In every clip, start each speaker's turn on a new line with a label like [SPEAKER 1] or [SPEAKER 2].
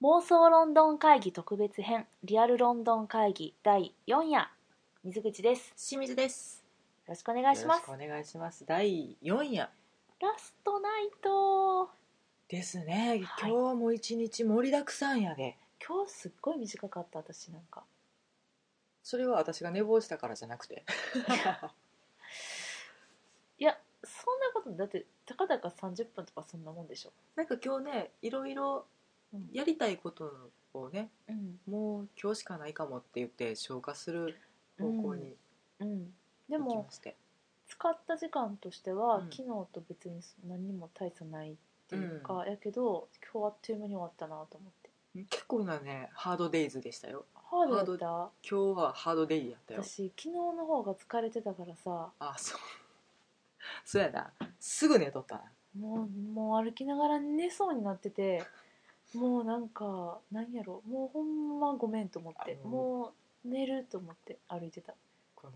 [SPEAKER 1] 妄想ロンドン会議特別編リアルロンドン会議第4夜水口ですよ
[SPEAKER 2] 清水です。
[SPEAKER 1] ろしくお願いします
[SPEAKER 2] よろしくお願いします。第四夜
[SPEAKER 1] ラストナイト
[SPEAKER 2] ですね。
[SPEAKER 1] はい
[SPEAKER 2] 今日も一日盛りだくさんやで。
[SPEAKER 1] 今日すっごい短かった私なんか
[SPEAKER 2] それは私が寝坊したからじゃなくて。
[SPEAKER 1] いやそんなことだってたかだか30分とかそんなもんでしょ、
[SPEAKER 2] なんか今日ね、いろいろ
[SPEAKER 1] うん
[SPEAKER 2] やりたいことをね、
[SPEAKER 1] うん
[SPEAKER 2] もう今日しかないかもって言って消化する方向に
[SPEAKER 1] うん、で
[SPEAKER 2] 行き
[SPEAKER 1] も
[SPEAKER 2] まして。
[SPEAKER 1] 使った時間としては、
[SPEAKER 2] うん
[SPEAKER 1] 昨日と別に何にも大差ないっていうか、やけど今日あっという間に終わったなと思って
[SPEAKER 2] 結構なね、ハードデイズでしたよ。
[SPEAKER 1] ハードだった
[SPEAKER 2] 今日はハードデイやったよ。
[SPEAKER 1] 私昨日の方が疲れてたからさ
[SPEAKER 2] あ、そう。そうやな。すぐ寝とったな。
[SPEAKER 1] もうもう歩きながら寝そうになっててもうなんかなんやろもうほんまごめんと思って
[SPEAKER 2] あの
[SPEAKER 1] もう寝ると思って歩いてた
[SPEAKER 2] こ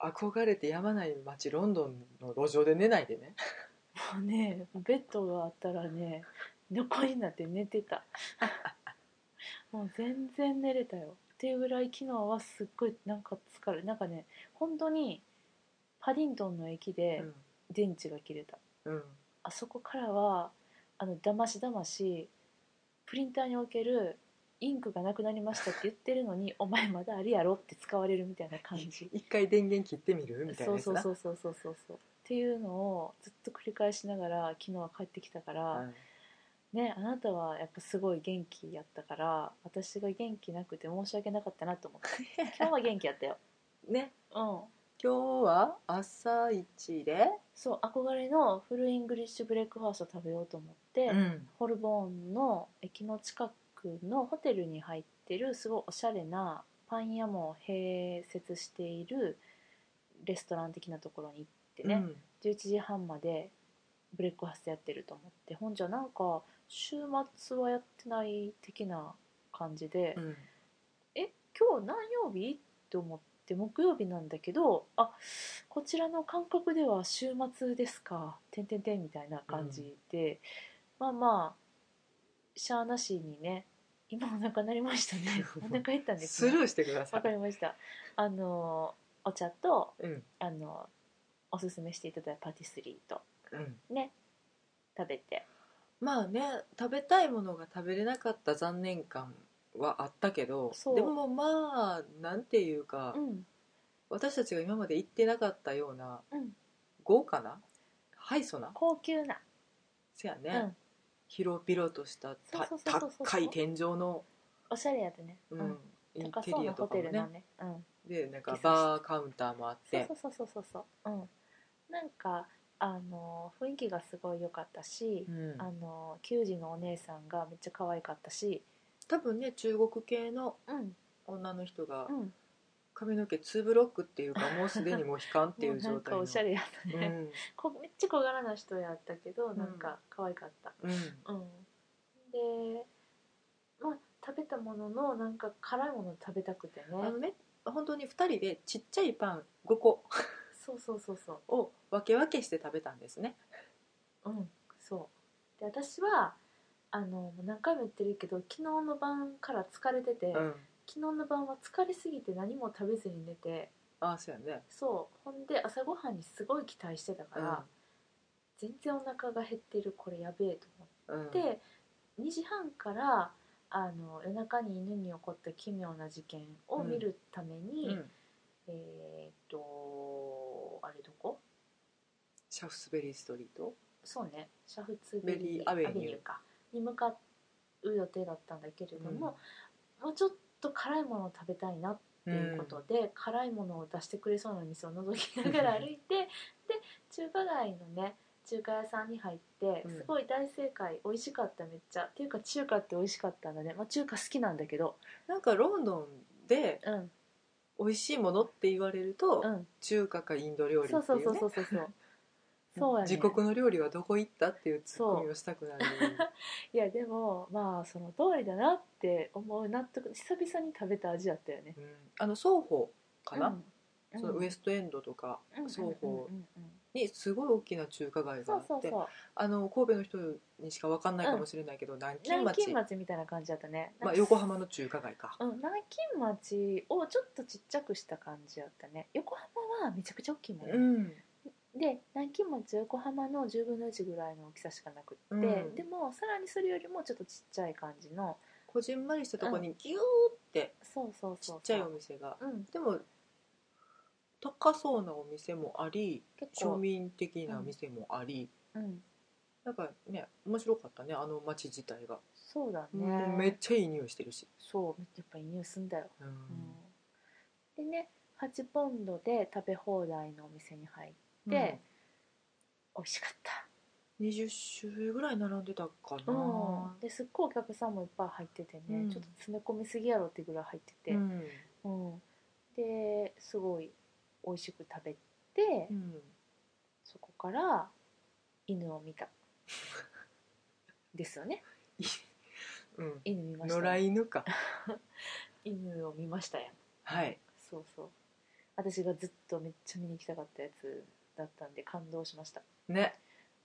[SPEAKER 2] の憧れてやまない街ロンドンの路上で寝ないでね
[SPEAKER 1] もうねベッドがあったらね横になって寝てたもう全然寝れたよっていうぐらい昨日はすっごいなんか疲れなんかね本当にパディントンの駅で電池が切れた、
[SPEAKER 2] うん
[SPEAKER 1] あそこからはあのだましだましプリンターにおけるインクがなくなりましたって言ってるの にお前まだあるやろって使われるみたいな感じ
[SPEAKER 2] 一回電源切ってみるみたいな
[SPEAKER 1] そう
[SPEAKER 2] やつ
[SPEAKER 1] そう
[SPEAKER 2] な
[SPEAKER 1] そうそうそうそうそうっていうのをずっと繰り返しながら昨日は帰ってきたから、
[SPEAKER 2] うん
[SPEAKER 1] ねあなたはやっぱすごい元気やったから私が元気なくて申し訳なかったなと思って 今日は元気やったよ
[SPEAKER 2] ね
[SPEAKER 1] うん
[SPEAKER 2] 今日は朝一で、
[SPEAKER 1] そう憧れのフルイングリッシュブレックファースト食べようと思って、
[SPEAKER 2] ん、
[SPEAKER 1] ホルボーンの駅の近くのホテルに入ってるすごいおしゃれなパン屋も併設しているレストラン的なところに行ってね、11時半までブレックファストやってると思ってほんじゃなんか週末はやってない的な感じで、
[SPEAKER 2] うん、
[SPEAKER 1] え今日何曜日って思って木曜日なんだけどあこちらの感覚では週末ですか「てんてんてん」みたいな感じで、まあまあしゃあなしにね今お腹鳴りました ねお腹減ったんです
[SPEAKER 2] ス
[SPEAKER 1] ね
[SPEAKER 2] ルーしてくださ
[SPEAKER 1] わか
[SPEAKER 2] い、
[SPEAKER 1] りましたあのお茶と
[SPEAKER 2] うん
[SPEAKER 1] あのおすすめしていただいたパティスリーと
[SPEAKER 2] うん、
[SPEAKER 1] ね食べて
[SPEAKER 2] まあね食べたいものが食べれなかった残念感はあったけど
[SPEAKER 1] そう
[SPEAKER 2] でもまあなんていうか、
[SPEAKER 1] うん
[SPEAKER 2] 私たちが今まで行ってなかったような
[SPEAKER 1] うん
[SPEAKER 2] 豪華なハイソな
[SPEAKER 1] 高級な、
[SPEAKER 2] せやね、
[SPEAKER 1] うん、
[SPEAKER 2] 広々としたた
[SPEAKER 1] そうそうそうそうそう
[SPEAKER 2] 高い天井の、
[SPEAKER 1] おしゃれやでね、
[SPEAKER 2] う
[SPEAKER 1] うん
[SPEAKER 2] ん、イン
[SPEAKER 1] 高
[SPEAKER 2] テ
[SPEAKER 1] そう
[SPEAKER 2] リ
[SPEAKER 1] な
[SPEAKER 2] ア
[SPEAKER 1] ホ
[SPEAKER 2] とか
[SPEAKER 1] テ
[SPEAKER 2] も
[SPEAKER 1] ルの
[SPEAKER 2] ね
[SPEAKER 1] ね、うん、
[SPEAKER 2] でなんかバーカウンターもあっ
[SPEAKER 1] そう
[SPEAKER 2] て
[SPEAKER 1] そうそうそうそうそう、うん、なんかあの雰囲気がすごい良かったし、
[SPEAKER 2] うん
[SPEAKER 1] あの給仕のお姉さんがめっちゃ可愛かったし
[SPEAKER 2] 多分ね中国系の
[SPEAKER 1] うん
[SPEAKER 2] 女の人が
[SPEAKER 1] うん
[SPEAKER 2] 髪の毛2ブロックっていうかもうすでにもう悲観ってい
[SPEAKER 1] もう
[SPEAKER 2] う
[SPEAKER 1] な
[SPEAKER 2] 状
[SPEAKER 1] ん
[SPEAKER 2] 態
[SPEAKER 1] か
[SPEAKER 2] の
[SPEAKER 1] おしゃれやったね、 こめっちゃ小柄な人やったけど
[SPEAKER 2] ん
[SPEAKER 1] なんか可愛かった、
[SPEAKER 2] うんうん
[SPEAKER 1] うんでまあ食べたもののなんか辛いもの食べたくてね
[SPEAKER 2] あのね本当に2人でちっちゃいパン5個
[SPEAKER 1] そうそうそうそう
[SPEAKER 2] を分け分けして食べたんですね
[SPEAKER 1] うんそうで私はあの何回も言ってるけど昨日の晩から疲れてて、
[SPEAKER 2] うん
[SPEAKER 1] 昨日の晩は疲れすぎて何も食べずに寝て
[SPEAKER 2] ああそうやね
[SPEAKER 1] そうほんで朝ごはんにすごい期待してたから、全然お腹が減ってるこれやべえと
[SPEAKER 2] うん
[SPEAKER 1] 思って、2時半からあの夜中に犬に起こった奇妙な事件を見るため
[SPEAKER 2] う
[SPEAKER 1] に、
[SPEAKER 2] んうん
[SPEAKER 1] えーっとあれどこ
[SPEAKER 2] シャフスベリーストリート
[SPEAKER 1] そうねシャフツ
[SPEAKER 2] ベリーアベニュー
[SPEAKER 1] かに向かう予定だったんだけれども、もうちょっと辛いものを食べたいなっていうことで、辛いものを出してくれそうな店を覗きながら歩いてで中華街のね中華屋さんに入って
[SPEAKER 2] うん
[SPEAKER 1] すごい大正解美味しかっためっちゃっていうか中華って美味しかったんだね、まあ、中華好きなんだけど
[SPEAKER 2] なんかロンドンで
[SPEAKER 1] うん
[SPEAKER 2] 美味しいものって言われると、
[SPEAKER 1] うん
[SPEAKER 2] 中華かインド料理ってい
[SPEAKER 1] そうう
[SPEAKER 2] ね
[SPEAKER 1] そうそうそうそうそうそうやね
[SPEAKER 2] 自国の料理はどこ行ったっていうツッコミをしたくなる
[SPEAKER 1] いやでもまあその通りだなって思う納得久々に食べた味だったよね
[SPEAKER 2] うんあの双方かな、
[SPEAKER 1] うん
[SPEAKER 2] そのウエストエンドとか
[SPEAKER 1] うん
[SPEAKER 2] 双方
[SPEAKER 1] うんうんうん
[SPEAKER 2] にすごい大きな中華街があ
[SPEAKER 1] そ
[SPEAKER 2] っ
[SPEAKER 1] う
[SPEAKER 2] て
[SPEAKER 1] そうそう
[SPEAKER 2] あの神戸の人にしか分かんないかもしれないけど、南京
[SPEAKER 1] 南
[SPEAKER 2] 町
[SPEAKER 1] 京町みたいな感じだったね
[SPEAKER 2] まあ、横浜の中華街か
[SPEAKER 1] うん、南京町をちょっとちっちゃくした感じだったね横浜はめちゃくちゃ大きいもんね、
[SPEAKER 2] ん
[SPEAKER 1] で南京町は横浜の10分の1ぐらいの大きさしかなくって、
[SPEAKER 2] うん
[SPEAKER 1] でもさらにそれよりもちょっとちっちゃい感じの
[SPEAKER 2] こじんまりしたとこにギューって
[SPEAKER 1] そうそう
[SPEAKER 2] ち
[SPEAKER 1] そうそ
[SPEAKER 2] っ
[SPEAKER 1] う
[SPEAKER 2] ちゃいお店が
[SPEAKER 1] うん、
[SPEAKER 2] でも高そうなお店もあり
[SPEAKER 1] 結
[SPEAKER 2] 庶
[SPEAKER 1] 構、
[SPEAKER 2] 民的な店もあり、
[SPEAKER 1] うん、
[SPEAKER 2] なんかね面白かったねあの街自体が、
[SPEAKER 1] そうだ
[SPEAKER 2] う
[SPEAKER 1] ね
[SPEAKER 2] んめっちゃいい匂いしてるし、
[SPEAKER 1] そうやっぱりニュースんだよ、
[SPEAKER 2] うん
[SPEAKER 1] うん、でね8ポンドで食べ放題のお店に入ってで美味しかった
[SPEAKER 2] うん20種類ぐらい並んでたかな、
[SPEAKER 1] うん、ですっごいお客さんもいっぱい入っててね、
[SPEAKER 2] うん
[SPEAKER 1] ちょっと詰め込みすぎやろってぐらい入ってて、
[SPEAKER 2] うん
[SPEAKER 1] うんですごい美味しく食べて、
[SPEAKER 2] うん
[SPEAKER 1] そこから犬を見たですよね
[SPEAKER 2] うん
[SPEAKER 1] 犬見まし
[SPEAKER 2] 野
[SPEAKER 1] た
[SPEAKER 2] 良
[SPEAKER 1] よ
[SPEAKER 2] 犬か
[SPEAKER 1] 犬を見ましたよ
[SPEAKER 2] はい
[SPEAKER 1] そうそう私がずっとめっちゃ見に行きたかったやつだったんで感動しました
[SPEAKER 2] ね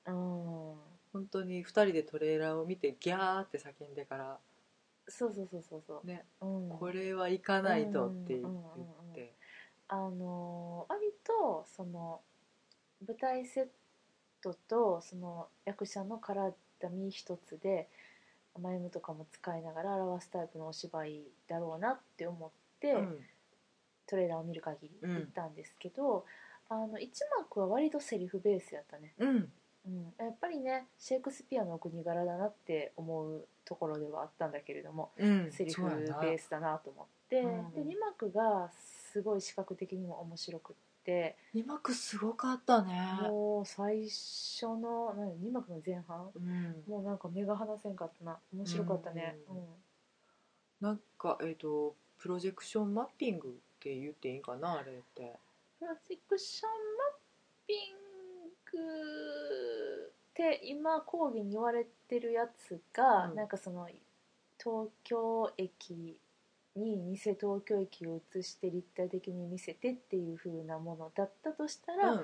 [SPEAKER 1] うん
[SPEAKER 2] 本当に2人でトレーラーを見てギャーって叫んでから
[SPEAKER 1] そうそうそうそうそう、
[SPEAKER 2] ね
[SPEAKER 1] うん、
[SPEAKER 2] これは行かないとって言
[SPEAKER 1] う
[SPEAKER 2] っ
[SPEAKER 1] んうんうんうん
[SPEAKER 2] て
[SPEAKER 1] あのー割とその舞台セットとその役者の体身一つでマイムとかも使いながら表すタイプのお芝居だろうなって思って、
[SPEAKER 2] うん
[SPEAKER 1] トレーラーを見る限り
[SPEAKER 2] うん
[SPEAKER 1] 行ったんですけど、あの一幕は割とセリフベースやったね、
[SPEAKER 2] うん
[SPEAKER 1] うん、やっぱりねシェイクスピアのお国柄だなって思うところではあったんだけれども
[SPEAKER 2] うん
[SPEAKER 1] セリフ
[SPEAKER 2] そう
[SPEAKER 1] ベ
[SPEAKER 2] やな
[SPEAKER 1] ースだなと思って、
[SPEAKER 2] うん
[SPEAKER 1] で2幕がすごい視覚的にも面白くって、
[SPEAKER 2] 二幕すごかったね
[SPEAKER 1] もう最初の2幕の前半
[SPEAKER 2] うん
[SPEAKER 1] もうなんか目が離せんかったな面白かったね、
[SPEAKER 2] う
[SPEAKER 1] うんん
[SPEAKER 2] なんかえっ、とプロジェクションマッピングって言っていいんかなあれって
[SPEAKER 1] プロジェクションマッピングって今講義に言われてるやつが、
[SPEAKER 2] うん
[SPEAKER 1] なんかその東京駅に偽東京駅を映して立体的に見せてっていう風なものだったとしたら、
[SPEAKER 2] うん
[SPEAKER 1] そ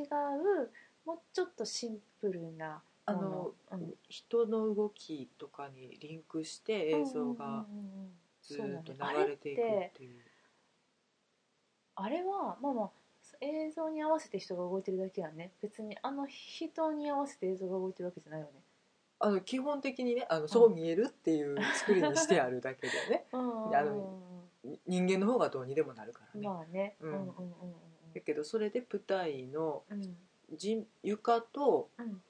[SPEAKER 1] れとは違うもうちょっとシンプルな
[SPEAKER 2] あ
[SPEAKER 1] も
[SPEAKER 2] の
[SPEAKER 1] の、うん
[SPEAKER 2] 人の動きとかにリンクして映像が
[SPEAKER 1] うんうんうんうん
[SPEAKER 2] ずーっと流れていくっていう
[SPEAKER 1] あれはまあまあ映像に合わせて人が動いてるだけやね別にあの人に合わせて映像が動いてるわけじゃないよね、
[SPEAKER 2] あの基本的にねあのそう見えるっていう作りにしてあるだけでね
[SPEAKER 1] うん
[SPEAKER 2] あの に人間の方がどうにでもなるからね、
[SPEAKER 1] まあね、
[SPEAKER 2] う
[SPEAKER 1] うんん、うんうんうん
[SPEAKER 2] だけどそれで舞台の
[SPEAKER 1] うん
[SPEAKER 2] 人床と
[SPEAKER 1] うん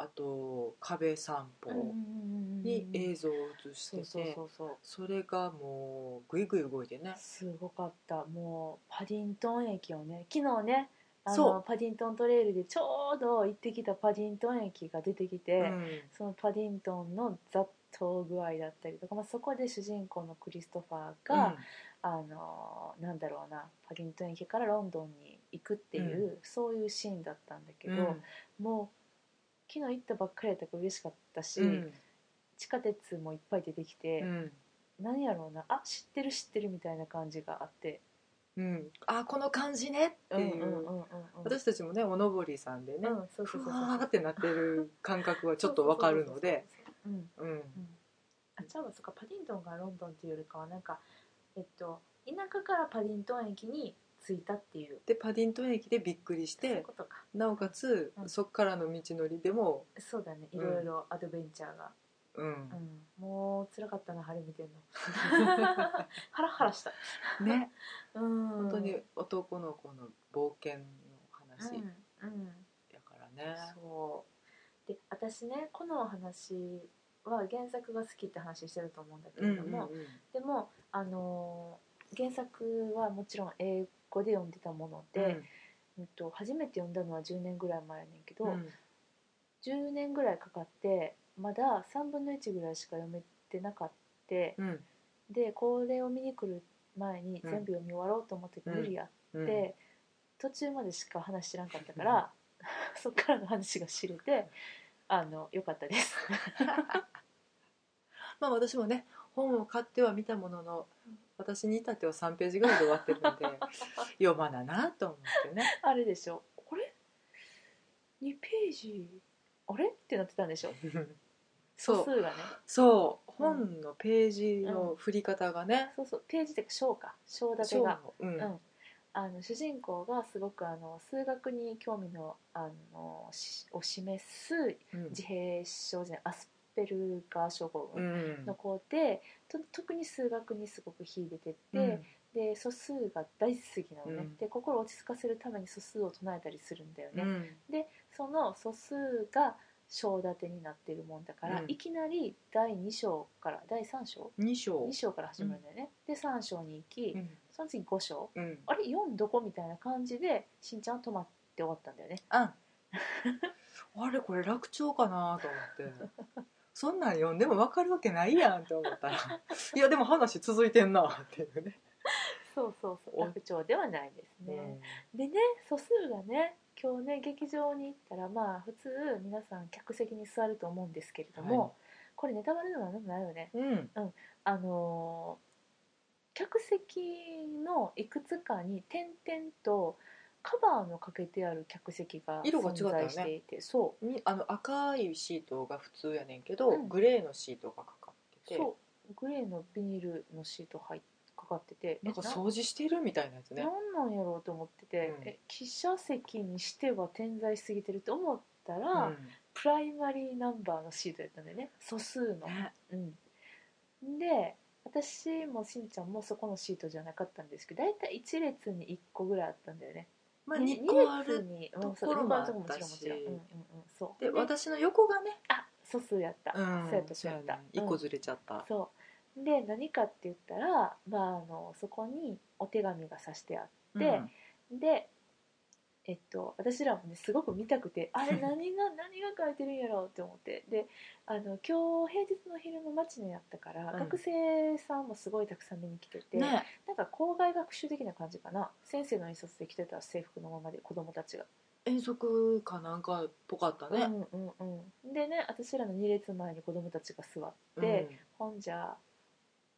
[SPEAKER 2] あと壁散
[SPEAKER 1] うんうんうんう
[SPEAKER 2] 歩
[SPEAKER 1] ん
[SPEAKER 2] に映像を映し
[SPEAKER 1] そう
[SPEAKER 2] て
[SPEAKER 1] そう
[SPEAKER 2] て
[SPEAKER 1] そうそう
[SPEAKER 2] それがもうぐいぐい動いてね
[SPEAKER 1] すごかったもうパディントン駅をね昨日ねあ
[SPEAKER 2] そう
[SPEAKER 1] のパディントントレイルでちょうど行ってきたパディントン駅が出てきて、
[SPEAKER 2] うん
[SPEAKER 1] そのパディントンの雑踏具合だったりとか、まあ、そこで主人公のクリストファーが、あのーなんだろうなパディントン駅からロンドンに行くっていう、そういうシーンだったんだけ
[SPEAKER 2] う
[SPEAKER 1] ど、
[SPEAKER 2] ん
[SPEAKER 1] もう昨日行ったばっかりやったから嬉しかったし、
[SPEAKER 2] うん
[SPEAKER 1] 地下鉄もいっぱい出てきて、
[SPEAKER 2] うん
[SPEAKER 1] 何やろうなあ知ってる知ってるみたいな感じがあって。
[SPEAKER 2] うんあこの感じねっていう,、私たちもねおのぼりさんでね、
[SPEAKER 1] うんそうそうそうそう
[SPEAKER 2] ふわーってなってる感覚はちょっとわかるので、
[SPEAKER 1] うん
[SPEAKER 2] うん、
[SPEAKER 1] あじゃあそっかパディントンがロンドンっていうよりかはなんかえっと田舎からパディントン駅に着いたっていう
[SPEAKER 2] でパディントン駅でびっくりし
[SPEAKER 1] そういう
[SPEAKER 2] て
[SPEAKER 1] ことか
[SPEAKER 2] なおかつ、
[SPEAKER 1] うん
[SPEAKER 2] そっからの道のりでも、
[SPEAKER 1] そうだね
[SPEAKER 2] う
[SPEAKER 1] い
[SPEAKER 2] ん
[SPEAKER 1] ろいろアドベンチャーが、
[SPEAKER 2] うん
[SPEAKER 1] うんもう辛かったな晴れ見てん のハラハラした
[SPEAKER 2] ね
[SPEAKER 1] うん
[SPEAKER 2] 本当に男の子の冒険の話
[SPEAKER 1] うん、うん
[SPEAKER 2] やからね、
[SPEAKER 1] そうで私ねこのお話は原作が好きって話してると思うんだけ
[SPEAKER 2] うん
[SPEAKER 1] れ
[SPEAKER 2] う
[SPEAKER 1] ど
[SPEAKER 2] ん
[SPEAKER 1] も、でも、あのー原作はもちろん英語で読んでたもの
[SPEAKER 2] うん
[SPEAKER 1] で、うんと初めて読んだのは10年ぐらい前やねんけど、
[SPEAKER 2] うんうん
[SPEAKER 1] 10年ぐらいかかってまだ3分の1ぐらいしか読めてなかった
[SPEAKER 2] うん
[SPEAKER 1] でこれを見に来る前に
[SPEAKER 2] うん
[SPEAKER 1] 全部読み終わろうと思って
[SPEAKER 2] うん
[SPEAKER 1] 無理やっ
[SPEAKER 2] うん
[SPEAKER 1] て、途中までしか話知らんかったから、 そっからの話が知れてあのよかったです。
[SPEAKER 2] まあ私もね本を買っては見たものの私に至っては3ページぐらいで終わってるので読まななと思ってね
[SPEAKER 1] あれでしょ2ページあれってなってたんでしょ素
[SPEAKER 2] そう
[SPEAKER 1] 数がね
[SPEAKER 2] そう本のページの振り方がね、
[SPEAKER 1] そうそうページっていうか章か章立て
[SPEAKER 2] そう
[SPEAKER 1] が
[SPEAKER 2] うん
[SPEAKER 1] うんあの主人公がすごくあの数学に興味のあのしを示す
[SPEAKER 2] うん
[SPEAKER 1] 自閉症じゃないアスペルガー症候
[SPEAKER 2] う
[SPEAKER 1] 群
[SPEAKER 2] ん
[SPEAKER 1] の子で、と特に数学にすごく秀でてて、で素数が大好きなのね、
[SPEAKER 2] うん
[SPEAKER 1] で心を落ち着かせるために素数を唱えたりするんだよ
[SPEAKER 2] う
[SPEAKER 1] ね、
[SPEAKER 2] ん
[SPEAKER 1] でその素数が章立てになっているもんだから、
[SPEAKER 2] うん
[SPEAKER 1] いきなり第2章から第3章
[SPEAKER 2] 2章
[SPEAKER 1] 2章から始まるんだよね、で3章に行き、
[SPEAKER 2] うん
[SPEAKER 1] その次5章
[SPEAKER 2] うん
[SPEAKER 1] あれ4どこみたいな感じでしんちゃんは止まって終わったんだよね
[SPEAKER 2] あ あれこれ楽勝かなと思ってそんなん読んでも分かるわけないやんって思 ったらいやでも話続いてんなっていうね、
[SPEAKER 1] そうそうそう
[SPEAKER 2] お
[SPEAKER 1] 楽調ではないですね、でね素数がね今日ね劇場に行ったらまあ普通皆さん客席に座ると思うんですけれども、
[SPEAKER 2] は
[SPEAKER 1] これネタバレでも何でもないよね
[SPEAKER 2] うん
[SPEAKER 1] あのー客席のいくつかに点々とカバーのかけてある客席が
[SPEAKER 2] 色が違
[SPEAKER 1] 存
[SPEAKER 2] ったよね
[SPEAKER 1] 在していて、そ
[SPEAKER 2] にあの赤いシートが普通やねんけど、
[SPEAKER 1] うん
[SPEAKER 2] グレーのシートがかかって
[SPEAKER 1] う
[SPEAKER 2] て
[SPEAKER 1] そうグレーのビニールのシート入っかかってて
[SPEAKER 2] なんか掃除してるみたいなやつ
[SPEAKER 1] え
[SPEAKER 2] ね
[SPEAKER 1] ななんなんやろうと思ってて、
[SPEAKER 2] うん
[SPEAKER 1] え記者席にしては点在しすぎてると思ったら、
[SPEAKER 2] う
[SPEAKER 1] プライマリーナンバーのシートやったんだよね素数の
[SPEAKER 2] ん、。ね
[SPEAKER 1] うん、で私もしんちゃんもそこのシートじゃなかったんですけど大体1列に1個ぐらいあったんだよね。
[SPEAKER 2] まあ、
[SPEAKER 1] で
[SPEAKER 2] 2個あ
[SPEAKER 1] 二列
[SPEAKER 2] る
[SPEAKER 1] に
[SPEAKER 2] と
[SPEAKER 1] そう
[SPEAKER 2] ころもあ
[SPEAKER 1] 二
[SPEAKER 2] っ
[SPEAKER 1] 個のと
[SPEAKER 2] たし
[SPEAKER 1] こもちろんもちろん、うんうんうん、そう
[SPEAKER 2] で私の横がね、
[SPEAKER 1] あ素数やった、そうやった
[SPEAKER 2] そ
[SPEAKER 1] そう
[SPEAKER 2] う
[SPEAKER 1] や
[SPEAKER 2] や
[SPEAKER 1] った、
[SPEAKER 2] ね1
[SPEAKER 1] う
[SPEAKER 2] 個
[SPEAKER 1] ん
[SPEAKER 2] ずれちゃった、
[SPEAKER 1] そうで何かって言ったら、まあ、あのそこにお手紙がさしてあっ
[SPEAKER 2] うん
[SPEAKER 1] でで、えっと、私らもねすごく見たくてあれ何が何が書いてるんやろうって思ってであの今日平日の昼の街にやったから、
[SPEAKER 2] うん
[SPEAKER 1] 学生さんもすごいたくさん見に来てて、
[SPEAKER 2] ね
[SPEAKER 1] なんか校外学習的な感じかな先生の印刷で着てた制服のままで子供たちが。
[SPEAKER 2] 遠足かなんかっぽかった
[SPEAKER 1] う
[SPEAKER 2] ね、
[SPEAKER 1] んうんうん、でね私らの2列前に子供たちが座って、ほんじゃ「ああ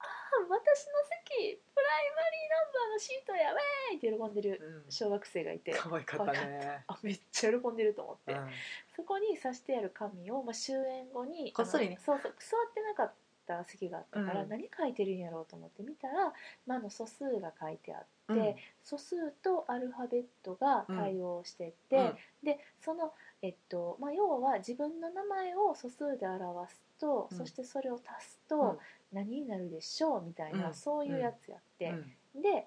[SPEAKER 1] 私の席プライマリーナンバーのシートやウェーイ!」って喜んで
[SPEAKER 2] う
[SPEAKER 1] る
[SPEAKER 2] んうん、
[SPEAKER 1] 小学生がいて、
[SPEAKER 2] 可愛かったね、
[SPEAKER 1] あめっちゃ喜んでると思って、
[SPEAKER 2] うん
[SPEAKER 1] そこに刺してある紙を、まあ、終演後に
[SPEAKER 2] こっそりね
[SPEAKER 1] あのそうそう座ってなかった席があったから、
[SPEAKER 2] うん
[SPEAKER 1] 何書いてるんやろうと思って見たら、まあ、あの素数が書いてあって、
[SPEAKER 2] うん
[SPEAKER 1] 素数とアルファベットが対応してて、
[SPEAKER 2] うん
[SPEAKER 1] でその、えっとまあ、要は自分の名前を素数で表すと、
[SPEAKER 2] うん
[SPEAKER 1] そしてそれを足すと何になるでしょうみたいな、
[SPEAKER 2] うん
[SPEAKER 1] そういうやつやって。
[SPEAKER 2] うん
[SPEAKER 1] で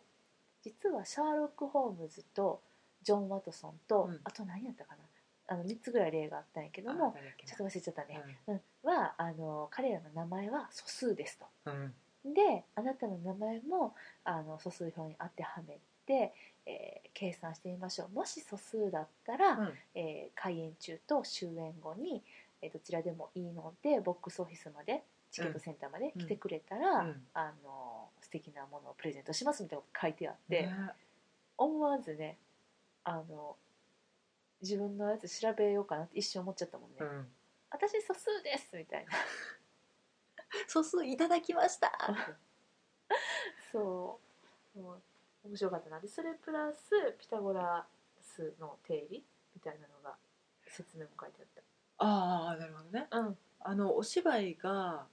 [SPEAKER 1] 実はシャーロック・ホームズとジョン・ワトソンと、
[SPEAKER 2] うん
[SPEAKER 1] あと何やったかなあの3つぐらい例があったんやけど
[SPEAKER 2] あ
[SPEAKER 1] も
[SPEAKER 2] 誰だっけ
[SPEAKER 1] ちょっ
[SPEAKER 2] な
[SPEAKER 1] と忘れちゃったね、うんはあの彼らの名前は素数ですと。
[SPEAKER 2] うんうん
[SPEAKER 1] であなたの名前もあの素数表に当てはめて、えー計算してみましょうもし素数だったら、
[SPEAKER 2] うん
[SPEAKER 1] えー開演中と終演後に、えーどちらでもいいのでボックスオフィスまでチケットセンターまで来てくれたら、
[SPEAKER 2] うん
[SPEAKER 1] あの素敵なものをプレゼントしますみたいなこと書いてあって、
[SPEAKER 2] ね
[SPEAKER 1] 思わずねあの自分のやつ調べようかなって一瞬思っちゃったもんね「
[SPEAKER 2] うん
[SPEAKER 1] 私素数です」みたいな
[SPEAKER 2] 素数いただきました
[SPEAKER 1] そうもう面白かったなでそれプラスピタゴラスの定理みたいなのが説明も書いてあっ
[SPEAKER 2] ああなるほどね
[SPEAKER 1] たうん
[SPEAKER 2] あのお芝居が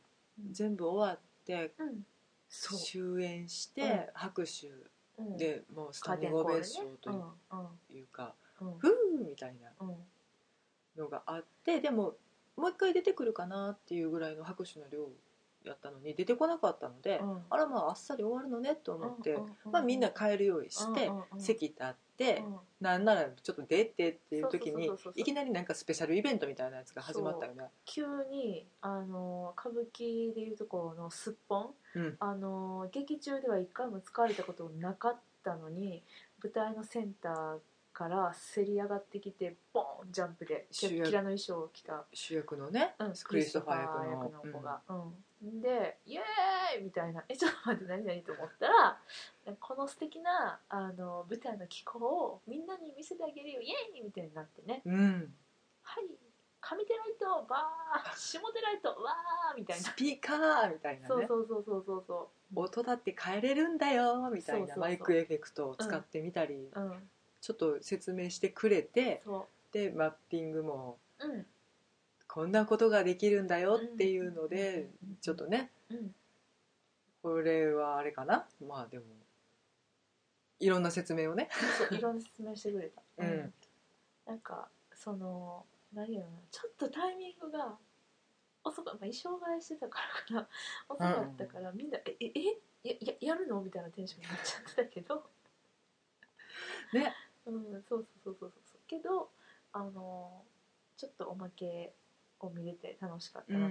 [SPEAKER 2] 全部終わって
[SPEAKER 1] うんそう
[SPEAKER 2] 終演して、
[SPEAKER 1] うん
[SPEAKER 2] 拍手
[SPEAKER 1] うん
[SPEAKER 2] でもうス
[SPEAKER 1] カ
[SPEAKER 2] タ
[SPEAKER 1] ーテ
[SPEAKER 2] ン
[SPEAKER 1] ン
[SPEAKER 2] ディング
[SPEAKER 1] コ
[SPEAKER 2] オ
[SPEAKER 1] ー
[SPEAKER 2] ベ
[SPEAKER 1] ル
[SPEAKER 2] ー
[SPEAKER 1] ね
[SPEAKER 2] ション
[SPEAKER 1] う
[SPEAKER 2] と
[SPEAKER 1] んうん
[SPEAKER 2] いうか
[SPEAKER 1] うん
[SPEAKER 2] 「ふう!」みたいな
[SPEAKER 1] うん
[SPEAKER 2] のがあってでももう一回出てくるかなっていうぐらいの拍手の量やったのに出てこなかったので、
[SPEAKER 1] うん
[SPEAKER 2] あらまああっさり終わるのねと思って、
[SPEAKER 1] うんうんうん
[SPEAKER 2] まあ、みんな帰るようにして、
[SPEAKER 1] うんうんうん
[SPEAKER 2] 席立って、
[SPEAKER 1] うん
[SPEAKER 2] なんならちょっと出てっていう時に
[SPEAKER 1] そうそうそうそうそう
[SPEAKER 2] いきなりなんかスペシャルイベントみたいなやつが始まったよね。
[SPEAKER 1] 急にあの歌舞伎でいうところのすっぽん
[SPEAKER 2] うん
[SPEAKER 1] あの劇中では一回も使われたことなかったのに舞台のセンターからせり上がってきてボーンジャンプでキラ
[SPEAKER 2] 主役
[SPEAKER 1] キラの衣装を着た、
[SPEAKER 2] 主役のね、
[SPEAKER 1] うん、
[SPEAKER 2] クリストファー
[SPEAKER 1] クリ
[SPEAKER 2] 役
[SPEAKER 1] ス
[SPEAKER 2] の
[SPEAKER 1] トファー役の子が、うんで「イエーイ!」みたいな「えちょっと待って何何?」と思ったら この素敵なあの舞台の気候をみんなに見せてあげるよイエーイみたいになってね
[SPEAKER 2] うん、
[SPEAKER 1] 「はい上手ライトバ ー下手ライトわー」みたいな
[SPEAKER 2] ス。ピーカーみたいなね
[SPEAKER 1] そうそうそうそうそうそ
[SPEAKER 2] 音だって変えれるんだよみたい
[SPEAKER 1] そうそう
[SPEAKER 2] な
[SPEAKER 1] そう
[SPEAKER 2] マイクエフェクトを使ってみたり、
[SPEAKER 1] ううん
[SPEAKER 2] ちょっと説明してくれて
[SPEAKER 1] そう
[SPEAKER 2] ってマッピングも
[SPEAKER 1] うん
[SPEAKER 2] こんなことができるんだよっていうの
[SPEAKER 1] うん
[SPEAKER 2] で
[SPEAKER 1] うんうん
[SPEAKER 2] ちょっとね
[SPEAKER 1] うん
[SPEAKER 2] これはあれかなまあでもいろんな説明をね
[SPEAKER 1] そういろんな説明してくれた、
[SPEAKER 2] うん
[SPEAKER 1] なんかその何よちょっとタイミングが遅かった、まあ、衣装替えしてたからかな 遅かったから、みんな「えええやややるの?」みたいなテンションになっちゃってたけど
[SPEAKER 2] ね
[SPEAKER 1] うん、そうそうそうそうそうけどあのちょっとおまけを見れて楽しかったな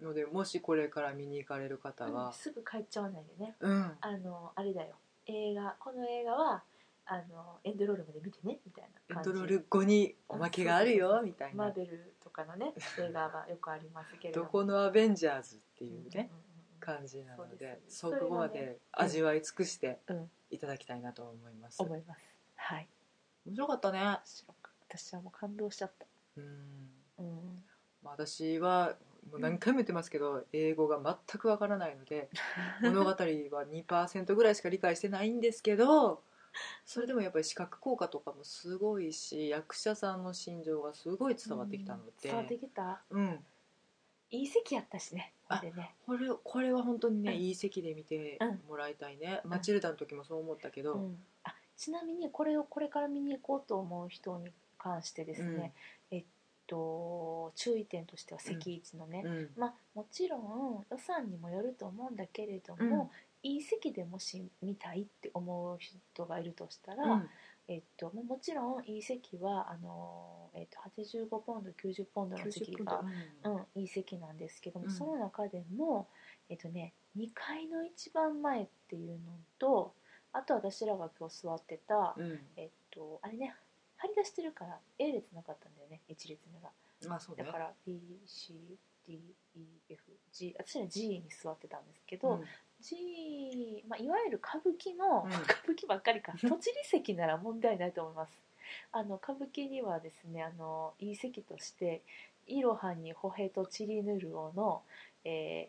[SPEAKER 1] と、
[SPEAKER 2] のでもしこれから見に行かれる方
[SPEAKER 1] うん
[SPEAKER 2] は
[SPEAKER 1] すぐ帰っちゃわないでね
[SPEAKER 2] うん
[SPEAKER 1] あのあれだよ映画この映画はあのエンドロールまで見てねみたい
[SPEAKER 2] エ
[SPEAKER 1] な
[SPEAKER 2] ン
[SPEAKER 1] 感じ
[SPEAKER 2] ドロール後におまけがあ
[SPEAKER 1] そ
[SPEAKER 2] る
[SPEAKER 1] うそう
[SPEAKER 2] よ
[SPEAKER 1] そう
[SPEAKER 2] みたい
[SPEAKER 1] マー
[SPEAKER 2] な
[SPEAKER 1] ベルとかのね映画はよくありますけれど
[SPEAKER 2] ど
[SPEAKER 1] も
[SPEAKER 2] このアベンジャーズっていう
[SPEAKER 1] うんうん
[SPEAKER 2] ね感じなので
[SPEAKER 1] そ
[SPEAKER 2] そう
[SPEAKER 1] です
[SPEAKER 2] こま
[SPEAKER 1] それがね
[SPEAKER 2] で味わい尽くして
[SPEAKER 1] うん
[SPEAKER 2] いただきたいなと思います
[SPEAKER 1] うん思いますはい
[SPEAKER 2] 面白かったね
[SPEAKER 1] 白く私はもう感動しちゃった
[SPEAKER 2] うん
[SPEAKER 1] うん
[SPEAKER 2] まあ私はもう何回も言ってますけど英語が全くわからないの で物語は2%ぐらいしか理解してないんですけどそれでもやっぱり視覚効果とかもすごいし役者さんの心情がすごい伝わってきたので
[SPEAKER 1] 伝わってきた
[SPEAKER 2] うん
[SPEAKER 1] いい席やったしね
[SPEAKER 2] あ
[SPEAKER 1] ほんでね
[SPEAKER 2] これこれは本当にね、
[SPEAKER 1] うん
[SPEAKER 2] いい席で見てもらいたいね、
[SPEAKER 1] ん
[SPEAKER 2] マチルダの時もそう思ったけど、
[SPEAKER 1] うん、あちなみにこれをこれから見に行こうと思う人に関してですね、えっと注意点としては席位置のね、
[SPEAKER 2] うん
[SPEAKER 1] まあもちろん予算にもよると思うんだけれど
[SPEAKER 2] うん
[SPEAKER 1] も、いい席でもし見たいって思う人がいるとしたら、
[SPEAKER 2] うん
[SPEAKER 1] えっと、ももちろんいい席はあの、えっと、85ポンド90ポンドの席
[SPEAKER 2] 90分
[SPEAKER 1] が
[SPEAKER 2] だ、
[SPEAKER 1] うん、いい席なんですけども、
[SPEAKER 2] うん
[SPEAKER 1] その中でもえっとね2階の一番前っていうのとあと私らが今日座ってた、
[SPEAKER 2] うん
[SPEAKER 1] えっとあれね張り出してるから A 列なかったんだよね1列目が
[SPEAKER 2] まあそう
[SPEAKER 1] だ
[SPEAKER 2] ね
[SPEAKER 1] から BCDEFG 私ら G に座ってたんですけど、
[SPEAKER 2] うん
[SPEAKER 1] G、まあ、いわゆる歌舞伎の、
[SPEAKER 2] うん
[SPEAKER 1] 歌舞伎ばっかり かとちり席なら問題ないと思いますあの歌舞伎にはですねあのいい席として「イロハにホヘとチリヌルオの」えー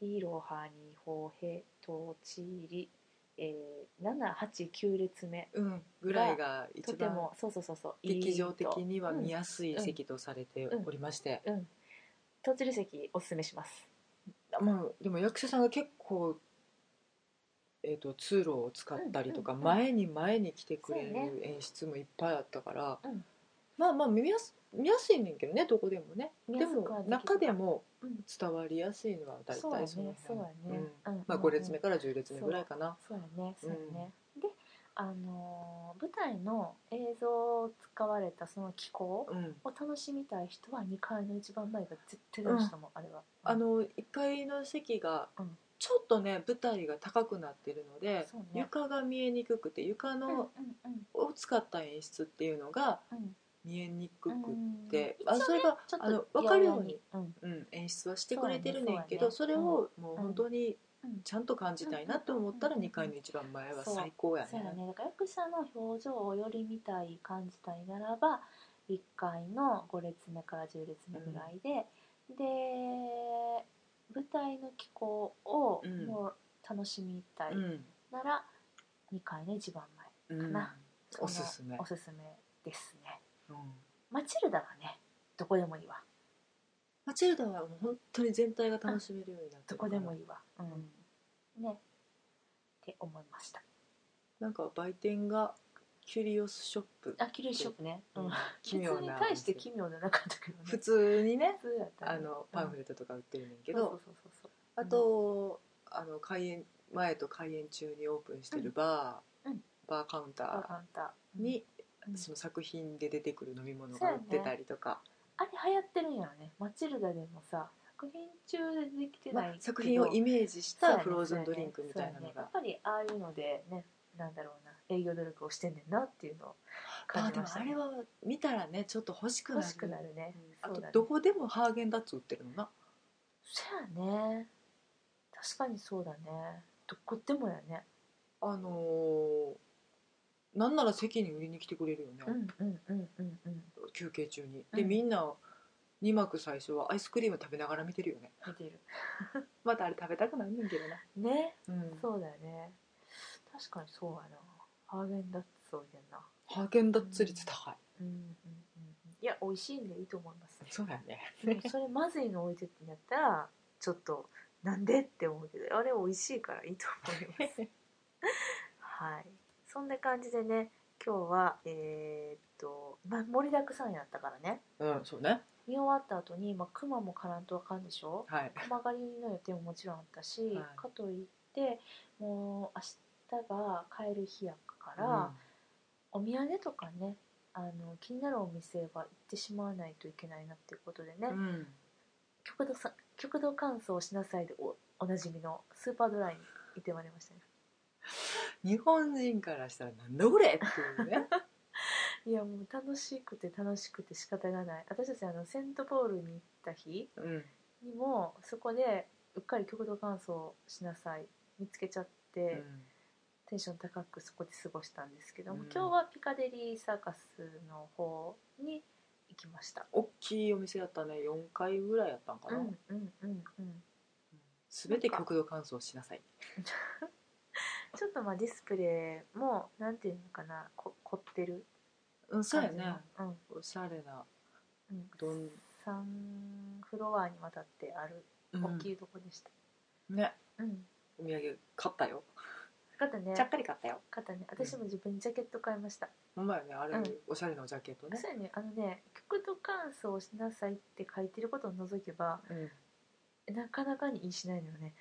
[SPEAKER 1] イロハにホヘとチリ」えー、789列目
[SPEAKER 2] うんぐらいが
[SPEAKER 1] と
[SPEAKER 2] 一
[SPEAKER 1] て
[SPEAKER 2] 番
[SPEAKER 1] もそうそうそうそういいと
[SPEAKER 2] 劇場的には見やすい席とされておりまして、
[SPEAKER 1] うんとちり席おすすめします
[SPEAKER 2] まあ、でも役者さんが結構、えー、と通路を使ったりとか、
[SPEAKER 1] うんうんうん
[SPEAKER 2] 前に前に来てくれ
[SPEAKER 1] そうね
[SPEAKER 2] る演出もいっぱいあったから、
[SPEAKER 1] うん
[SPEAKER 2] まあまあ見やす見やすいねんけどねどこでもね
[SPEAKER 1] 見
[SPEAKER 2] で
[SPEAKER 1] やすく
[SPEAKER 2] も
[SPEAKER 1] はできる
[SPEAKER 2] 中でも
[SPEAKER 1] うん
[SPEAKER 2] 伝わりやすいのは大
[SPEAKER 1] そうやね
[SPEAKER 2] 体
[SPEAKER 1] そう
[SPEAKER 2] の
[SPEAKER 1] やね
[SPEAKER 2] 辺、う
[SPEAKER 1] うん
[SPEAKER 2] ん
[SPEAKER 1] うん
[SPEAKER 2] まあ、5列目から10列目ぐらいかな。
[SPEAKER 1] そうやねそうやね、であのー舞台の映像を使われたその機構
[SPEAKER 2] うん
[SPEAKER 1] を楽しみたい人は2階の一番前が絶対どうしたもん、あれは
[SPEAKER 2] あの1階の席が
[SPEAKER 1] うん
[SPEAKER 2] ちょっとね舞台が高くなってるので、
[SPEAKER 1] そうね
[SPEAKER 2] 床が見えにくくて床
[SPEAKER 1] うんうん
[SPEAKER 2] のを使った演出っていうのが
[SPEAKER 1] うん
[SPEAKER 2] 見えにく
[SPEAKER 1] う
[SPEAKER 2] く
[SPEAKER 1] ん
[SPEAKER 2] て
[SPEAKER 1] うん一応
[SPEAKER 2] あそれが
[SPEAKER 1] ちょっと
[SPEAKER 2] あの分かるように
[SPEAKER 1] 柔らに
[SPEAKER 2] うん、演出はしてくれてるねんけど
[SPEAKER 1] そ
[SPEAKER 2] そう
[SPEAKER 1] やね
[SPEAKER 2] れ
[SPEAKER 1] そう
[SPEAKER 2] をもう本当に
[SPEAKER 1] うん
[SPEAKER 2] ちゃんと感じたいなと思ったら
[SPEAKER 1] うん
[SPEAKER 2] 2階の一番前は
[SPEAKER 1] そう
[SPEAKER 2] 最高や
[SPEAKER 1] そうや
[SPEAKER 2] ね。
[SPEAKER 1] ねだから役者の表情をより見たい感じたいならば1階の5列目から10列目ぐらいで、で舞台の機構を
[SPEAKER 2] うん
[SPEAKER 1] もう楽しみたい
[SPEAKER 2] うん
[SPEAKER 1] なら2階の一番前
[SPEAKER 2] うん
[SPEAKER 1] なその
[SPEAKER 2] おすすめ
[SPEAKER 1] おすすめですね
[SPEAKER 2] うん
[SPEAKER 1] マチルダはねどこでもいいわ
[SPEAKER 2] マチルダはもう本当に全体が楽しめるようになっ
[SPEAKER 1] ど
[SPEAKER 2] てるか
[SPEAKER 1] こ
[SPEAKER 2] ら
[SPEAKER 1] でもいいわ、う
[SPEAKER 2] うん
[SPEAKER 1] ん、ねって思いました
[SPEAKER 2] なんか売店がキュリオスショップ
[SPEAKER 1] あキリュウショップね、うん
[SPEAKER 2] うん、
[SPEAKER 1] 別に大して奇妙じゃなかったけどね
[SPEAKER 2] 普通にね
[SPEAKER 1] 普通やったね
[SPEAKER 2] あのパンフ
[SPEAKER 1] うん
[SPEAKER 2] レットとか売ってるねんけ
[SPEAKER 1] そう
[SPEAKER 2] ど
[SPEAKER 1] そうそうそう
[SPEAKER 2] あとあの開演前と開演中にオープンしてるバー
[SPEAKER 1] うん
[SPEAKER 2] バーカウン
[SPEAKER 1] パ
[SPEAKER 2] タ
[SPEAKER 1] パンタ
[SPEAKER 2] ーに
[SPEAKER 1] うん
[SPEAKER 2] その作品で出てくる飲み物が売ってたりとか、
[SPEAKER 1] あれ流行ってるんやろねマチルダでもさ作品中でできて
[SPEAKER 2] ま
[SPEAKER 1] ないけど、
[SPEAKER 2] あ作品をイメージし
[SPEAKER 1] そうや
[SPEAKER 2] た
[SPEAKER 1] ね
[SPEAKER 2] フローズンドリンクみたいな
[SPEAKER 1] そう
[SPEAKER 2] の
[SPEAKER 1] やねや
[SPEAKER 2] が
[SPEAKER 1] っ。ぱりああいうのでねなんだろうな営業努力をしてんねんなっていうのを
[SPEAKER 2] ま
[SPEAKER 1] 感
[SPEAKER 2] あ
[SPEAKER 1] じ
[SPEAKER 2] で
[SPEAKER 1] まし
[SPEAKER 2] も
[SPEAKER 1] た
[SPEAKER 2] あ
[SPEAKER 1] ね
[SPEAKER 2] れは見たらねちょっと欲しくな
[SPEAKER 1] 欲
[SPEAKER 2] る
[SPEAKER 1] しくなるね
[SPEAKER 2] う。ん
[SPEAKER 1] そうだね
[SPEAKER 2] あとどこでもハーゲンダッツ売ってるのな
[SPEAKER 1] そうやね。確かにそうだね。どこでもやね。
[SPEAKER 2] あのーなんなら席に売りに来てくれるよね、
[SPEAKER 1] うんうんうんうんうん。
[SPEAKER 2] 休憩中にで、
[SPEAKER 1] うん
[SPEAKER 2] みんな2幕最初はアイスクリーム食べながら見てるよね
[SPEAKER 1] 見てる。
[SPEAKER 2] またあれ食べたくなんねんけどな、
[SPEAKER 1] ね。
[SPEAKER 2] うん
[SPEAKER 1] そうだよね。確かにそうやな。ハーゲンダッツそうやな。
[SPEAKER 2] ハーゲンダッツ率高い
[SPEAKER 1] うんうんうん。いや美味しいんでいいと思います
[SPEAKER 2] そうやね
[SPEAKER 1] でもそれまずいの置いてってなったらちょっとなんでって思うけどあれ美味しいからいいと思 いますはいそんな感じでね今日はえーっと、まあ、盛りだくさんやったからね
[SPEAKER 2] うんそうね
[SPEAKER 1] 見終わった後にまあ、熊も狩らんとあかんでしょ
[SPEAKER 2] はい
[SPEAKER 1] 熊狩りの予定ももちろんあったし、
[SPEAKER 2] はい
[SPEAKER 1] かといってもう明日が帰る日やから、お土産とかねあの気になるお店は行ってしまわないといけないなっていうことでね、
[SPEAKER 2] うん
[SPEAKER 1] 極度さ極度乾燥しなさいでおおなじみのスーパードライに行ってまいりましたね
[SPEAKER 2] 日本人からしたらなんだこれっていう ね
[SPEAKER 1] いやもう楽しくて楽しくて仕方がない私たちあのセントポールに行った日
[SPEAKER 2] うん
[SPEAKER 1] にもそこでうっかり極度乾燥しなさい見つけちゃって、
[SPEAKER 2] うん
[SPEAKER 1] テンション高くそこで過ごしたんですけども、
[SPEAKER 2] うん
[SPEAKER 1] 今日はピカデリーサーカスの方に行きました
[SPEAKER 2] 大きいお店やったね4回ぐらいやったんか
[SPEAKER 1] う
[SPEAKER 2] な、
[SPEAKER 1] んうんうんうん
[SPEAKER 2] 全て極度乾燥しなさい
[SPEAKER 1] ちょっとまあディスプレイもなんていうのかなこ凝ってる
[SPEAKER 2] うんそうやね
[SPEAKER 1] 感じの
[SPEAKER 2] おしゃれな
[SPEAKER 1] うんうん
[SPEAKER 2] どん、
[SPEAKER 1] 3フロアにわたってある大きいとこでした
[SPEAKER 2] うんね
[SPEAKER 1] うん、
[SPEAKER 2] お土産買ったよ
[SPEAKER 1] 肩ね
[SPEAKER 2] ちゃっかり買ったよ
[SPEAKER 1] 肩ね私も自分にジャケット買いました、
[SPEAKER 2] ほんまよねあれ、
[SPEAKER 1] うん
[SPEAKER 2] おしゃれなジャケットね
[SPEAKER 1] そうやねあのね「極度乾燥しなさい」って書いてることを除けば
[SPEAKER 2] うん
[SPEAKER 1] なかなかにいいしないのよね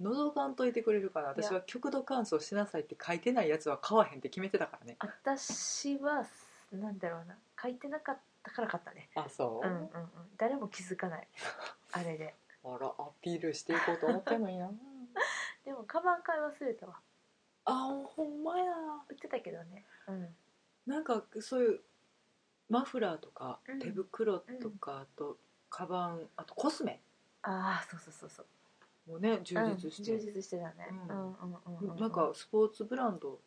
[SPEAKER 2] 覗かんといてくれるから
[SPEAKER 1] いや
[SPEAKER 2] 私は極度乾燥しなさいって書いてないやつは買わへんって決めてたからね
[SPEAKER 1] 私はなんだろうな書いてなかったから買ったね
[SPEAKER 2] あそう
[SPEAKER 1] う、んうんうん誰も気づか ないあれで
[SPEAKER 2] あらアピールしていこうと思ってんのにな
[SPEAKER 1] でもカバン買い忘れたわ
[SPEAKER 2] あほんまや
[SPEAKER 1] 売ってたけどねうん
[SPEAKER 2] なんかそういうマフラーとか
[SPEAKER 1] うん
[SPEAKER 2] 手袋とかあとカバンあとコスメ
[SPEAKER 1] ああそうそうそうそう
[SPEAKER 2] もね充実して、
[SPEAKER 1] うん充実してたね、
[SPEAKER 2] うん
[SPEAKER 1] うんうんうんうん
[SPEAKER 2] なんかスポーツブランドっ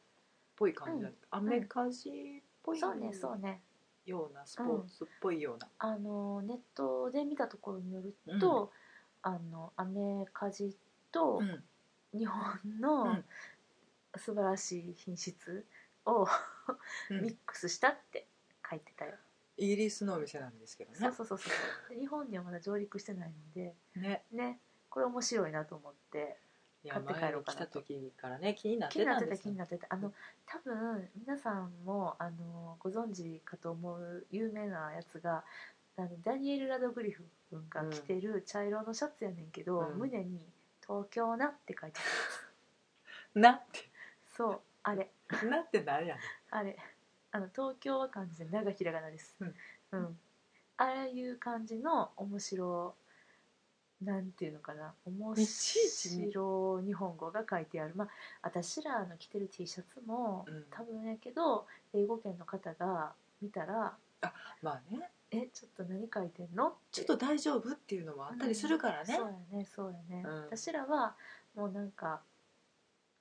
[SPEAKER 2] ぽい感じだ、アメカジっぽい
[SPEAKER 1] そうねそうね
[SPEAKER 2] ようなスポーツっぽいような、
[SPEAKER 1] あのネットで見たところによると、あのアメカジと
[SPEAKER 2] うん
[SPEAKER 1] 日本の
[SPEAKER 2] ん
[SPEAKER 1] 素晴らしい品質を
[SPEAKER 2] うん
[SPEAKER 1] ミックスしたって書いてたよ、
[SPEAKER 2] イギリスのお店なんですけどね
[SPEAKER 1] そうそうそうそうで日本にはまだ上陸してないので
[SPEAKER 2] ね
[SPEAKER 1] ねこれ面白いなと思って
[SPEAKER 2] いや
[SPEAKER 1] 買って帰
[SPEAKER 2] 前
[SPEAKER 1] ろう
[SPEAKER 2] に
[SPEAKER 1] か
[SPEAKER 2] 来
[SPEAKER 1] な
[SPEAKER 2] た
[SPEAKER 1] と
[SPEAKER 2] 時からね気になっ
[SPEAKER 1] 気に
[SPEAKER 2] て
[SPEAKER 1] な
[SPEAKER 2] た
[SPEAKER 1] っ
[SPEAKER 2] ん
[SPEAKER 1] て
[SPEAKER 2] で
[SPEAKER 1] た
[SPEAKER 2] す
[SPEAKER 1] 気になってたあの多分皆さんもあのご存知かと思う有名なやつがあのダニエル・ラドグリフ君が着てる茶色のシャツやねんけど、
[SPEAKER 2] うん
[SPEAKER 1] 胸に「東京な」って書いてある
[SPEAKER 2] なって
[SPEAKER 1] そうあれ
[SPEAKER 2] なってなんやね
[SPEAKER 1] あれあの東京は漢字で長ひらがなです
[SPEAKER 2] うん、
[SPEAKER 1] うんああいう感じの面白なんていうのかな面
[SPEAKER 2] いちいちね
[SPEAKER 1] 白日本語が書いてあるまあ私らの着てる T シャツも、
[SPEAKER 2] うん
[SPEAKER 1] 多分やけど英語圏の方が見たら
[SPEAKER 2] まあね
[SPEAKER 1] 「えちょっと何書いてんの?」
[SPEAKER 2] ちょっと大丈夫っていうのもあったりするからね、
[SPEAKER 1] そうやねそうやね、
[SPEAKER 2] うん
[SPEAKER 1] 私らはもうなんか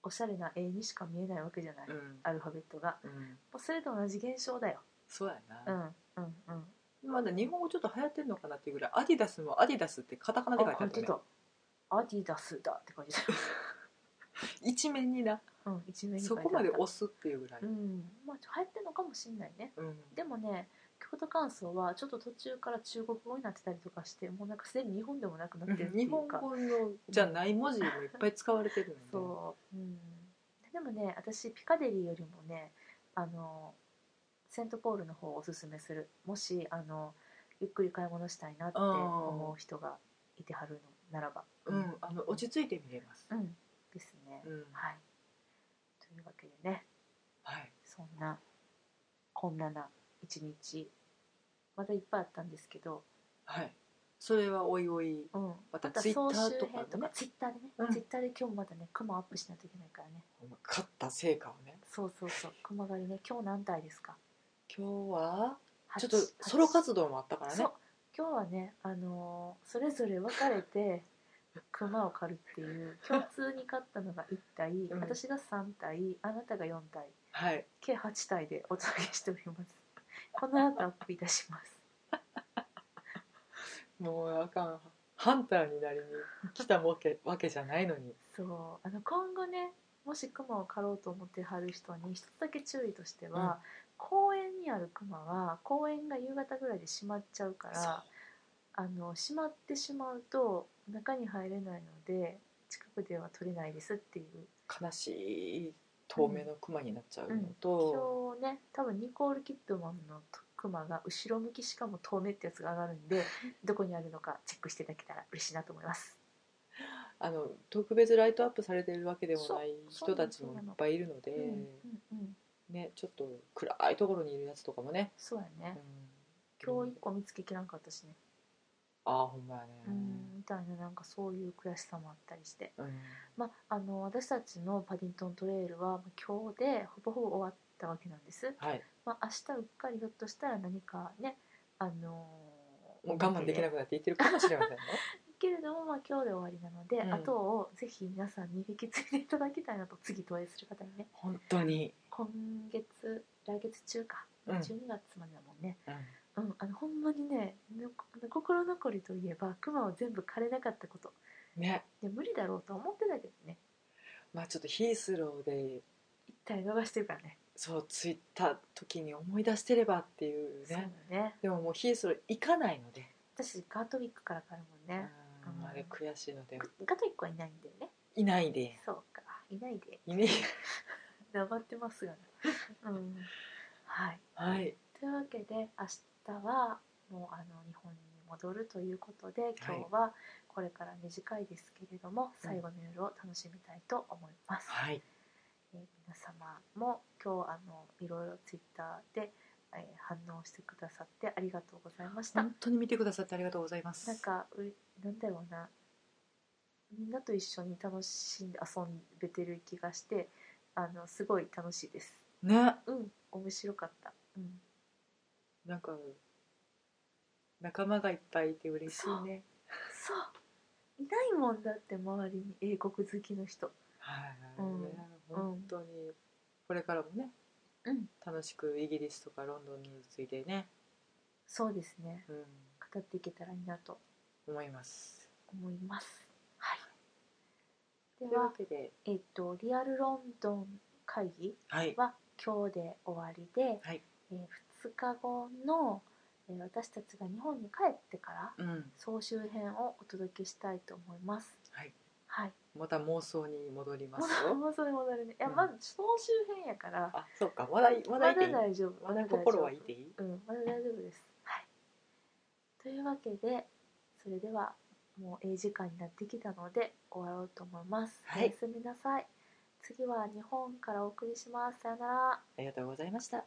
[SPEAKER 1] おしゃれな絵にしか見えないわけじゃない、
[SPEAKER 2] うん
[SPEAKER 1] アルファベットが
[SPEAKER 2] うん
[SPEAKER 1] もうそれと同じ現象だよ
[SPEAKER 2] そうや
[SPEAKER 1] うん
[SPEAKER 2] な、
[SPEAKER 1] うんうん
[SPEAKER 2] まだ日本語ちょっと流行ってんのかなっていうぐらいアディダスもアディダスってカタカナで書いて
[SPEAKER 1] あ
[SPEAKER 2] あ
[SPEAKER 1] 書いて
[SPEAKER 2] ったね
[SPEAKER 1] たアディダスだって書いて
[SPEAKER 2] 一面にな
[SPEAKER 1] た うん一面に書い
[SPEAKER 2] そ
[SPEAKER 1] てあ
[SPEAKER 2] こ
[SPEAKER 1] った
[SPEAKER 2] まで押すっていうぐらい、
[SPEAKER 1] うんまあ流行ってんのかもしんないね
[SPEAKER 2] うん
[SPEAKER 1] でもね京都感想はちょっと途中から中国語になってたりとかしてもうなんかすでに日本でもなくなってるってい
[SPEAKER 2] 日
[SPEAKER 1] うか
[SPEAKER 2] 本語のじゃない文字もいっぱい使われてるの
[SPEAKER 1] そう、うん、でもね私ピカデリーよりもねあのセントポールの方をおすすめするもしあのゆっくり買い物したいなって思う人がいてはるのならば
[SPEAKER 2] で、うん、あの落ち着いて見れます、
[SPEAKER 1] うんですね、
[SPEAKER 2] うん
[SPEAKER 1] はいというわけでね
[SPEAKER 2] はい、
[SPEAKER 1] そんなこんなな一日まだいっぱいあったんですけど、
[SPEAKER 2] はい、それはおいおい
[SPEAKER 1] うん、
[SPEAKER 2] また
[SPEAKER 1] また
[SPEAKER 2] Twitter
[SPEAKER 1] 総集
[SPEAKER 2] とか
[SPEAKER 1] 編とか
[SPEAKER 2] ね
[SPEAKER 1] ツイッターでね、
[SPEAKER 2] うん
[SPEAKER 1] ツイッターで今日まだね雲アップしないといけないからね
[SPEAKER 2] 勝った成果をね
[SPEAKER 1] そうそうそう熊狩りね今日何体ですか
[SPEAKER 2] 今日は
[SPEAKER 1] 八
[SPEAKER 2] ちょっとソロ
[SPEAKER 1] 動
[SPEAKER 2] 活動もあったから
[SPEAKER 1] そ
[SPEAKER 2] ね
[SPEAKER 1] う今日はね、あのーそれぞれ分かれて熊を狩るっていう共通に勝ったのが1体、
[SPEAKER 2] ん
[SPEAKER 1] 私が3体あなたが4体
[SPEAKER 2] はい
[SPEAKER 1] 計8体でお届けしておりますこの後アップいたします
[SPEAKER 2] もうあかんハンターになりに来たわけわけじゃないのに
[SPEAKER 1] そうあの今後ねもし熊を狩ろうと思ってはる人に一つだけ注意としては、公園にあるクマは公園が夕方ぐらいで閉まっちゃうか
[SPEAKER 2] そう
[SPEAKER 1] らあの閉まってしまうと中に入れないので近くでは取れないですっていう
[SPEAKER 2] 悲しい透明のクマになっちゃうのと、
[SPEAKER 1] 今日ね多分ニコール・キッドマンのクマが後ろ向きしかも透明ってやつが上がるん でどこにあるのかチェックしていただけたら嬉しいなと思います
[SPEAKER 2] あの特別ライトアップされてるわけでも
[SPEAKER 1] そう
[SPEAKER 2] ない
[SPEAKER 1] そう
[SPEAKER 2] 人
[SPEAKER 1] な
[SPEAKER 2] た
[SPEAKER 1] の
[SPEAKER 2] ちもいっぱいいるので、
[SPEAKER 1] うんうんうん
[SPEAKER 2] ね、ちょっと暗いところにいるやつとかもね、
[SPEAKER 1] そうや
[SPEAKER 2] うん
[SPEAKER 1] ね、今日一個見つけきらんかったしね
[SPEAKER 2] ああほんまやね、
[SPEAKER 1] うんみたいななんかそういう悔しさもあったりして
[SPEAKER 2] うん
[SPEAKER 1] まあの私たちのパディントントレイルはまあ今日でほぼほぼ終わったわけなんです、
[SPEAKER 2] はい
[SPEAKER 1] まあ、明日うっかりひょっとしたら何かねあのー
[SPEAKER 2] もう我慢できなくなっていってるかもしれま せんね
[SPEAKER 1] けれども、まあ、今日で終わりなので、
[SPEAKER 2] うん
[SPEAKER 1] 後をぜひ皆さんに引き継いでいただきたいなと次投影する方にね
[SPEAKER 2] 本当に、
[SPEAKER 1] 今月来月中か、
[SPEAKER 2] うん
[SPEAKER 1] 12月までだもんね、
[SPEAKER 2] うん
[SPEAKER 1] うん、あのほんまにねの心残りといえばクマは全部枯れなかったこと
[SPEAKER 2] ね
[SPEAKER 1] いや無理だろうとは思ってたけどね
[SPEAKER 2] まあちょっとヒースローで
[SPEAKER 1] 一体逃してるからね
[SPEAKER 2] そうついた時に思い出してればっていう
[SPEAKER 1] そう
[SPEAKER 2] ね
[SPEAKER 1] だね
[SPEAKER 2] でももうヒースロー行かないので、
[SPEAKER 1] 私ガートウィックから帰るもんね、
[SPEAKER 2] うんあれ悔しいので
[SPEAKER 1] ガートウィックはいないんだよね
[SPEAKER 2] いないで
[SPEAKER 1] そうかいないで
[SPEAKER 2] いね
[SPEAKER 1] 黙ってます がなうんはい
[SPEAKER 2] はい
[SPEAKER 1] というわけで明日はもうあの日本に戻るということで今日はこれから短いですけれども、最後の夜を楽しみたいと思います、
[SPEAKER 2] はい
[SPEAKER 1] えー皆様も今日あのいろいろツイッターで、えー反応してくださってありがとうございました、
[SPEAKER 2] 本当に見てくださってありがとうございます
[SPEAKER 1] なんかうなんだろうなみんなと一緒に楽しんで遊べてる気がしてあのすごい楽しいです
[SPEAKER 2] ね
[SPEAKER 1] うん面白かった、うん、
[SPEAKER 2] なんか仲間がいっぱいいて嬉しいね
[SPEAKER 1] そういないもんだって周りに英国好きの人
[SPEAKER 2] はい、
[SPEAKER 1] うん
[SPEAKER 2] ね本当にこれからもね、
[SPEAKER 1] うん
[SPEAKER 2] 楽しくイギリスとかロンドンについてね、
[SPEAKER 1] そうですね
[SPEAKER 2] うん、
[SPEAKER 1] 語っていけたらいいなと
[SPEAKER 2] 思います
[SPEAKER 1] 思いますはい
[SPEAKER 2] と
[SPEAKER 1] で
[SPEAKER 2] いうわ
[SPEAKER 1] は
[SPEAKER 2] けで
[SPEAKER 1] えっとリアルロンドン会議
[SPEAKER 2] はい
[SPEAKER 1] は今日で終わりで、
[SPEAKER 2] はい
[SPEAKER 1] え2日後の、えー私たちが日本に帰ってから
[SPEAKER 2] うん
[SPEAKER 1] 総集編をお届けしたいと思います。
[SPEAKER 2] はい
[SPEAKER 1] はい。
[SPEAKER 2] また妄想に戻りますよ
[SPEAKER 1] もうそれ戻るね。いや、
[SPEAKER 2] うん
[SPEAKER 1] まず総集編やから、
[SPEAKER 2] あそうかまだま
[SPEAKER 1] ま
[SPEAKER 2] だ
[SPEAKER 1] だ
[SPEAKER 2] いていい
[SPEAKER 1] 大丈夫。
[SPEAKER 2] まだ
[SPEAKER 1] 大丈夫
[SPEAKER 2] 心はいていい
[SPEAKER 1] うん、まだ大丈夫です。はい。というわけで、それではもうええ時間になってきたので終わろうと思います。
[SPEAKER 2] は
[SPEAKER 1] お
[SPEAKER 2] い
[SPEAKER 1] やすみなさい。次は日本からお送りします。さよなら。
[SPEAKER 2] ありがとうございました